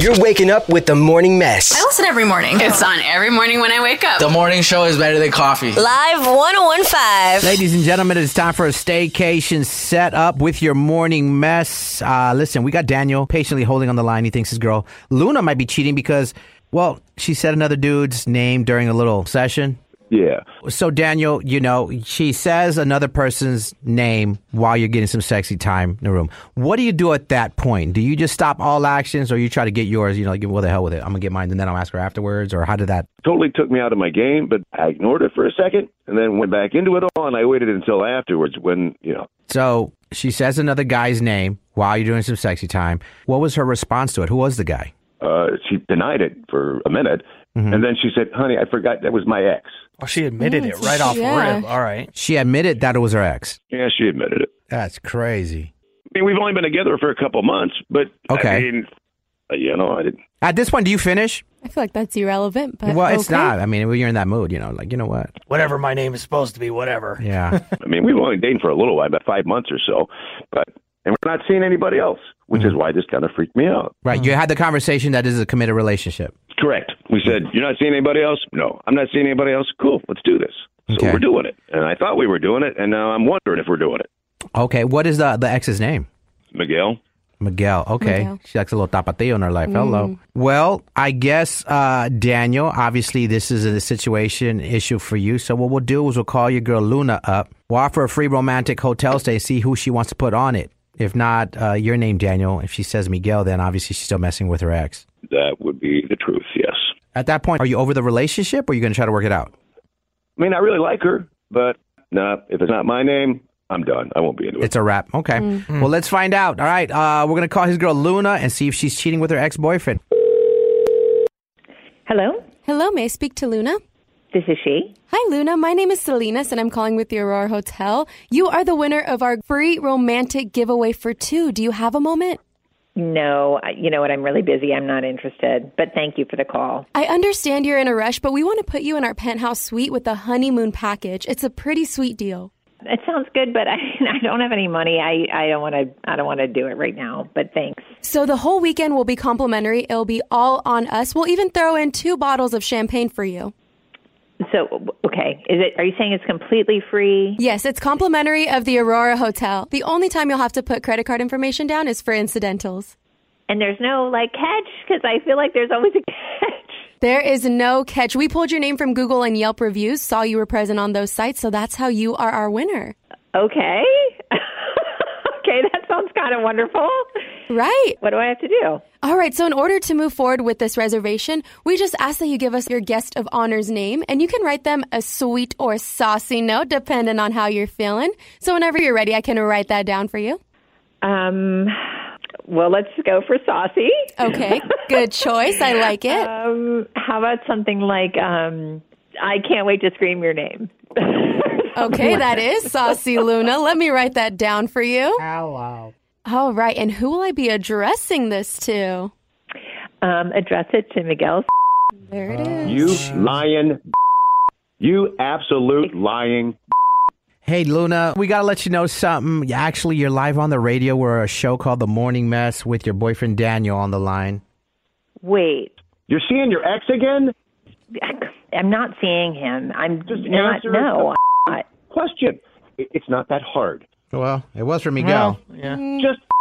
You're waking up with the morning mess. I listen every morning. It's on every morning when I wake up. The morning show is better than coffee. Live 1015. Ladies and gentlemen, it's time for a staycation set up with your morning mess. Uh, listen, we got Daniel patiently holding on the line. He thinks his girl Luna might be cheating because, well, she said another dude's name during a little session. Yeah. So, Daniel, you know, she says another person's name while you're getting some sexy time in the room. What do you do at that point? Do you just stop all actions or you try to get yours, you know, like, well, the hell with it? I'm going to get mine and then I'll ask her afterwards? Or how did that? Totally took me out of my game, but I ignored it for a second and then went back into it all. And I waited until afterwards when, you know, So she says another guy's name while you're doing some sexy time. What was her response to it? Who was the guy? uh, she denied it for a minute. And then she said, honey, I forgot that was my ex. Oh, she admitted it right off yeah. rip. All right. She admitted that it was her ex. Yeah, she admitted it. That's crazy. I mean, we've only been together for a couple months, but I Okay. mean, uh, you know, I didn't. At this point, do you finish? I feel like that's irrelevant, but well, it's okay. not. I mean, when you're in that mood, you know, like, you know what? Whatever my name is supposed to be, whatever. Yeah. I mean, we've only dated for a little while, about five months or so, but and we're not seeing anybody else, which is why this kind of freaked me out. right. You had the conversation that this is a committed relationship. Correct. We said, You're not seeing anybody else? No. I'm not seeing anybody else? Cool. Let's do this. So Okay. we're doing it. And I thought we were doing it, and now I'm wondering if we're doing it. Okay. What is the, the ex's name? Miguel? Miguel. Okay. Miguel. She likes a little tapatio in her life. Hello. Well, I guess, uh, Daniel, obviously this is a situation issue for you. So what we'll do is we'll call your girl Luna up. We'll offer a free romantic hotel stay, see who she wants to put on it. If not, uh, your name, Daniel. If she says Miguel, then obviously she's still messing with her ex. That would be the truth, yes. At that point, are you over the relationship or are you going to try to work it out? I mean, I really like her, but no, if it's not my name, I'm done. I won't be into it. It's a wrap. Okay. Well, let's find out. All right. Uh, we're going to call his girl Luna and see if she's cheating with her ex boyfriend. Hello, Hello, may I speak to Luna? this is she. Hi, Luna. My name is Salinas, and I'm calling with the Aurora Hotel. You are the winner of our free romantic giveaway for two. Do you have a moment? No, I, you know what? I'm really busy. I'm not interested, but thank you for the call. I understand you're in a rush, but we want to put you in our penthouse suite with a honeymoon package. It's a pretty sweet deal. It sounds good, but I, I don't have any money. I, I don't want to. I don't want to do it right now. But thanks. So the whole weekend will be complimentary. It'll be all on us. We'll even throw in two bottles of champagne for you. So okay, is it? Are you saying it's completely free? Yes, it's complimentary of the Aurora Hotel. The only time you'll have to put credit card information down is for incidentals. And there's no like catch because I feel like there's always a catch. There is no catch. We pulled your name from Google and Yelp reviews, saw you were present on those sites, so that's how you are our winner. Okay. okay, that sounds kind of wonderful. Right. What do I have to do? All right, so in order to move forward with this reservation, we just ask that you give us your guest of honor's name, and you can write them a sweet or saucy note, depending on how you're feeling. So whenever you're ready, I can write that down for you. Um, well, let's go for saucy. Okay, good choice. I like it. Um, how about something like, um, I can't wait to scream your name? Okay, that is Saucy Luna. Let me write that down for you. Hello. All right, and who will I be addressing this to? Um, address it to Miguel. There Uh, it is. you lying. You absolute lying. Hey, Luna, we got to let you know something. You- Actually, you're live on the radio. We're a show called The Morning Mess with your boyfriend Daniel on the line. Wait, You're seeing your ex again? I'm not seeing him. I'm Just not. answer No, I'm not. Question. It- It's not that hard. Well, it was for Miguel. Just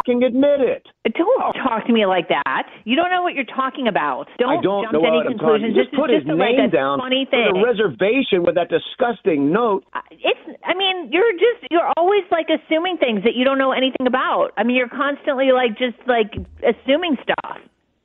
fucking admit it. Mm. Oh. Don't talk to me like that. You don't know what you're talking about. Don't, I don't jump know to any what I'm talking. conclusions. Just this put is his just a like name a down funny for thing. the reservation with that disgusting note. it's i mean you're just you're always like assuming things that you don't know anything about i mean you're constantly like just like assuming stuff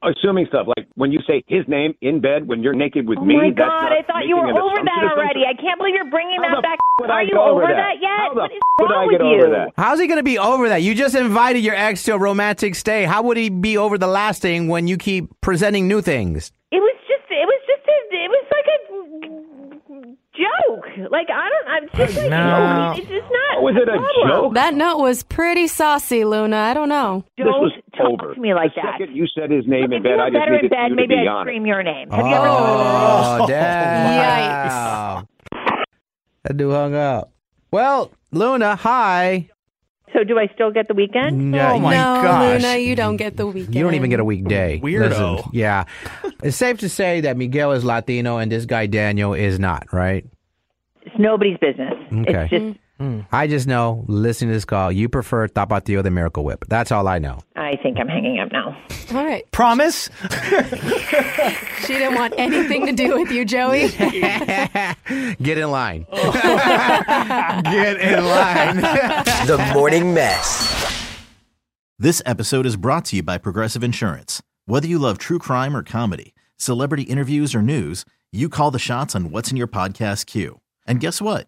Assuming stuff like when you say his name in bed when you're naked with oh me. my that's god not i thought you were making an over that assumption. It's already i can't believe you're bringing How that the back would are I you get over over that? that, yet How the what is would wrong I with get you over that? How's he going to be over that? You just invited your ex to a romantic stay. How would he be over the last thing when you keep presenting new things? it was just it was just a, it was like a joke like i don't i'm just like No. it's just not Was it a problem. joke? That note was pretty saucy, Luna. I don't know. This was over. to me like the that. second you said his name in If you bed, were I just better in needed bed you maybe to i'd be honest. scream your name have you ever Oh, damn. Yikes. That dude hung up. Well, Luna, hi. so do i still get the weekend Mm, Yeah, no, Oh gosh. Luna, you don't get the weekend. You don't even get a weekday. Weirdo. Listen, yeah. it's safe to say that Miguel is Latino and this guy Daniel is not, right? it's nobody's business Okay. it's just I just know, listening to this call, you prefer Tapatio the Miracle Whip. That's all I know. I think I'm hanging up now. All right. Promise? She didn't want anything to do with you, Joey. Get in line. Get in line. the Morning Mess. This episode is brought to you by Progressive Insurance. Whether you love true crime or comedy, celebrity interviews or news, you call the shots on what's in your podcast queue. And guess what?